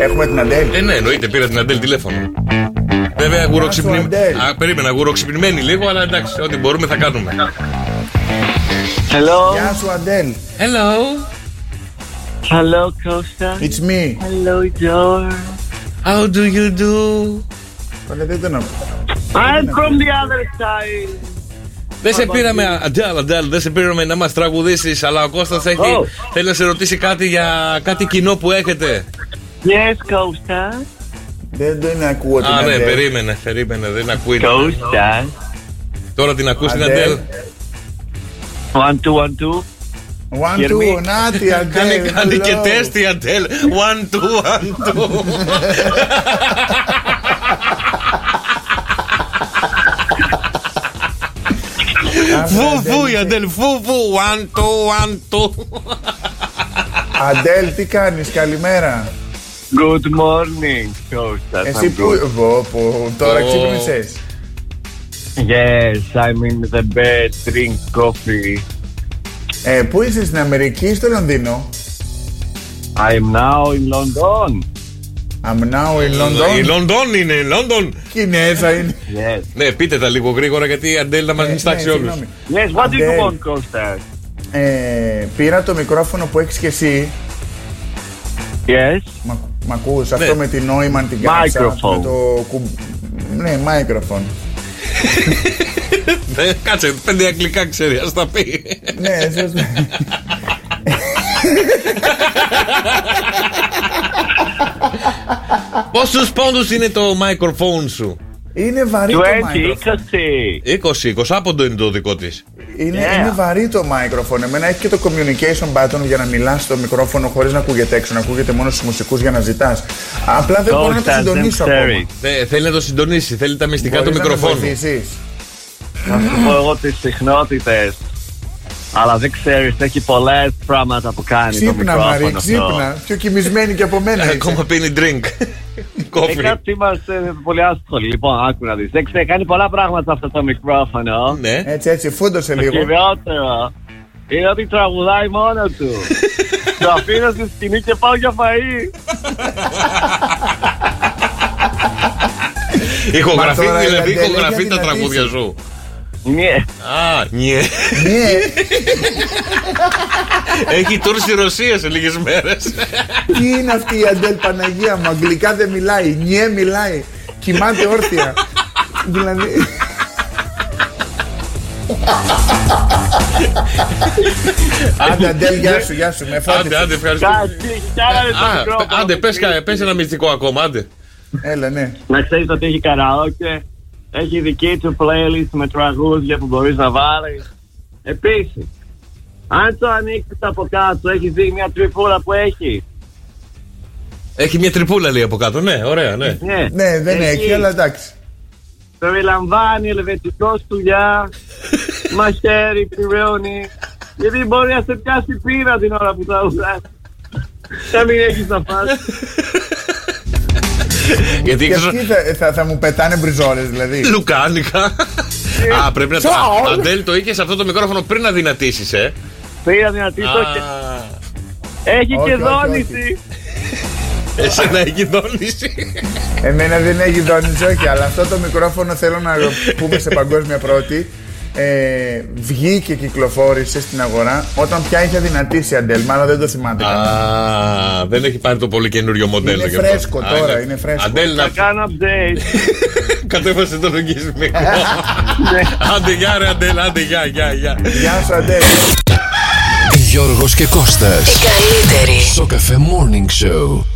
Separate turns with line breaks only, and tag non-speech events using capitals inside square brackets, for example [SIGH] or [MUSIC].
Έχουμε την Αντέλ.
Ε, ναι, εννοείται, πήρα την Αντέλ τηλέφωνο. Βέβαια,
Άστο,
γουροξυπνημένη.
Αντέλ.
Περίμενα, γουροξυπνημένη λίγο, αλλά εντάξει, ό,τι μπορούμε θα κάνουμε.
Hello.
Γεια σου, Αντέλ.
Hello.
Hello, Costa.
It's me.
Hello, George.
How do you do?
Ωραία, δεν τον
I'm from the other side.
Δεν σε πήραμε, Αντέλ, Αντέλ, δεν σε πήραμε να μας τραγουδήσεις, αλλά ο Κώστας έχει.
Oh.
Θέλει να σε ρωτήσει κάτι για κάτι κοινό που έχετε.
Yes, Costa.
Δεν τον ακούω την
Α, ναι,
Αντέλ.
περίμενε, περίμενε, δεν ακούει.
Costa.
Τώρα την ακούς την
Αντέλ.
Αντέλ.
One, two, one, two.
One,
Hear
two,
me.
να τη
Κάνει,
Αντέλ.
κάνει και
hello.
τεστ η Αντέλ. One, two, one, two. Φου, φου, η Αντέλ. Φου, φου. One, two, one, two.
Αντέλ, τι κάνεις, καλημέρα.
Good morning, Costa.
Εσύ
I'm
που.
good.
Βω, που. Τώρα
Ω.
ξύπνησες.
Yes, I'm in the bed, drink coffee.
Ε, πού είσαι στην Αμερική ή στο Λονδίνο.
I'm now in London.
I'm now in
Η
London.
Λονδόν είναι, η Λονδόν.
Κινέζα είναι.
Yes.
Ναι, πείτε τα λίγο γρήγορα γιατί η Αντέλ θα μας
Ε,
μιστάξει
ναι,
όλους. [LAUGHS]
συγγνώμη.
Yes, what do you
Adele.
want, Costa?
Ε, πήρα το μικρόφωνο που έχεις και εσύ.
Yes.
Μα, μ' ακούς,
Ναι.
αυτό με την Νόημαν την κάτσα.
Microphone.
Με το κουμπ... Ναι, microphone.
Ε, Κάτσε, πέντε αγγλικά ξέρει, ας τα
[LAUGHS]
πει.
ναι, σωστά.
Πόσους πόντους είναι το microphone σου,
Είναι βαρύ το
20,
microphone.
20.
20, 20 άποντο είναι το δικό της.
Είναι,
Yeah.
είναι βαρύ το microphone. Εμένα έχει και το communication button για να μιλάς στο μικρόφωνο χωρίς να ακούγεται έξω, να ακούγεται μόνο στους μουσικούς για να ζητάς. Απλά δεν μπορώ να το
Costa, δεν
συντονίσω ακόμα.
ξέρει.
Θε- Θέλει να το συντονίσει, θέλει τα μυστικά του
Μπορείς να με
μικροφόνου.
βοηθήσεις?
Θα σου πω εγώ τις συχνότητες. Αλλά δεν ξέρεις, έχει πολλά πράγματα που κάνει. το
Ξύπνα,
μικρόφωνο ναι.
Μαρή,
αυτό.
ξύπνα. Πιο κοιμισμένη και από μένα. είσαι.
[LAUGHS] Ακόμα πίνει drink.
[LAUGHS]
Ε,
Κόφι.
κάτι είμαστε πολύ άσχολοι. Λοιπόν, άκου να δεις. Δεν ξέρει, κάνει πολλά πράγματα αυτό το μικρόφωνο.
Ναι.
Έτσι, έτσι, φούντωσε
Το
λίγο.
κυριότερο είναι ότι τραγουδάει μόνο
[LAUGHS]
του. Το αφήνω στη σκηνή και πάω για φαΐ.
Ε,
[LAUGHS] Ηχογραφεί
Μα τώρα η
δηλαδή,
Αντέλ
ηχογραφεί
έχει
τα
αδυνατήσει.
τραγούδια σου.
Ναι.
Α,
[LAUGHS]
ναι.
Ναι,
Έχει τουρ στη Ρωσία σε λίγες μέρες.
τι είναι αυτή η Αντέλ Παναγία μου. Αγγλικά δεν μιλάει. Νιέ μιλάει. Κοιμάται όρθια. δηλαδή. Άντε, Αντέλ, γεια σου, γεια σου. Με
Άντε,
φώτισε.
άντε, ευχαριστώ.
Κάτι, κάνανε το
Α,
μικρόφωνο.
άντε, πες, κα- πες ένα μυστικό ακόμα, άντε.
Έλα, ναι.
Να ξέρεις ότι έχει καραόκε, έχει δική του playlist με τραγούδια που μπορείς να βάλεις. Επίσης, αν το ανοίξεις από κάτω, έχεις δει μια τρυπούλα που έχει.
Έχει μια τρυπούλα λέει από κάτω, ναι, ωραία, ναι.
Ναι,
Ναι, δεν έχει, αλλά εντάξει.
Περιλαμβάνει ελβετικό
[LAUGHS]
στουλιά, μαχαίρι, πυρούνι. Γιατί μπορεί να σε πιάσει πείρα την ώρα που τραγουδά. Να μην έχεις να
[LAUGHS]
φας.
Γιατί
Και
ξέρεις,
αυτοί θα, θα, θα μου πετάνε μπριζόλες, δηλαδή.
λουκάνικα. Α, πρέπει να το.
Τσαου.
Α, Αντέλ, το είχες αυτό το μικρόφωνο πριν να δυνατήσεις, ε.
Πήρα δυνατή
Α,
το και- Έχει
Όχι,
και
όχι,
δόνηση.
Εσένα έχει δόνηση.
Εμένα δεν έχει δόνηση, όχι, αλλά αυτό το μικρόφωνο θέλω να πούμε σε παγκόσμια πρώτη. Ε, βγήκε και κυκλοφόρησε στην αγορά όταν πια είχε δυνατήσει η Αντέλ. Μάλλον δεν το θυμάται. κανείς.
Α, δεν έχει πάρει το πολύ καινούριο μοντέλο.
Είναι
γι' αυτό.
φρέσκο
Α,
τώρα, είναι φρέσκο.
Αντέλ,
Θα
να
κάνω update.
[LAUGHS] κατέβασε το λογισμικό. Άντε, γεια, ρε, Αντέλ, άντε, γεια, γεια, γεια.
Γεια σου, Αντέλ.
Γιώργος και Κώστας
Οι καλύτεροι.
στο Cafe Morning Show.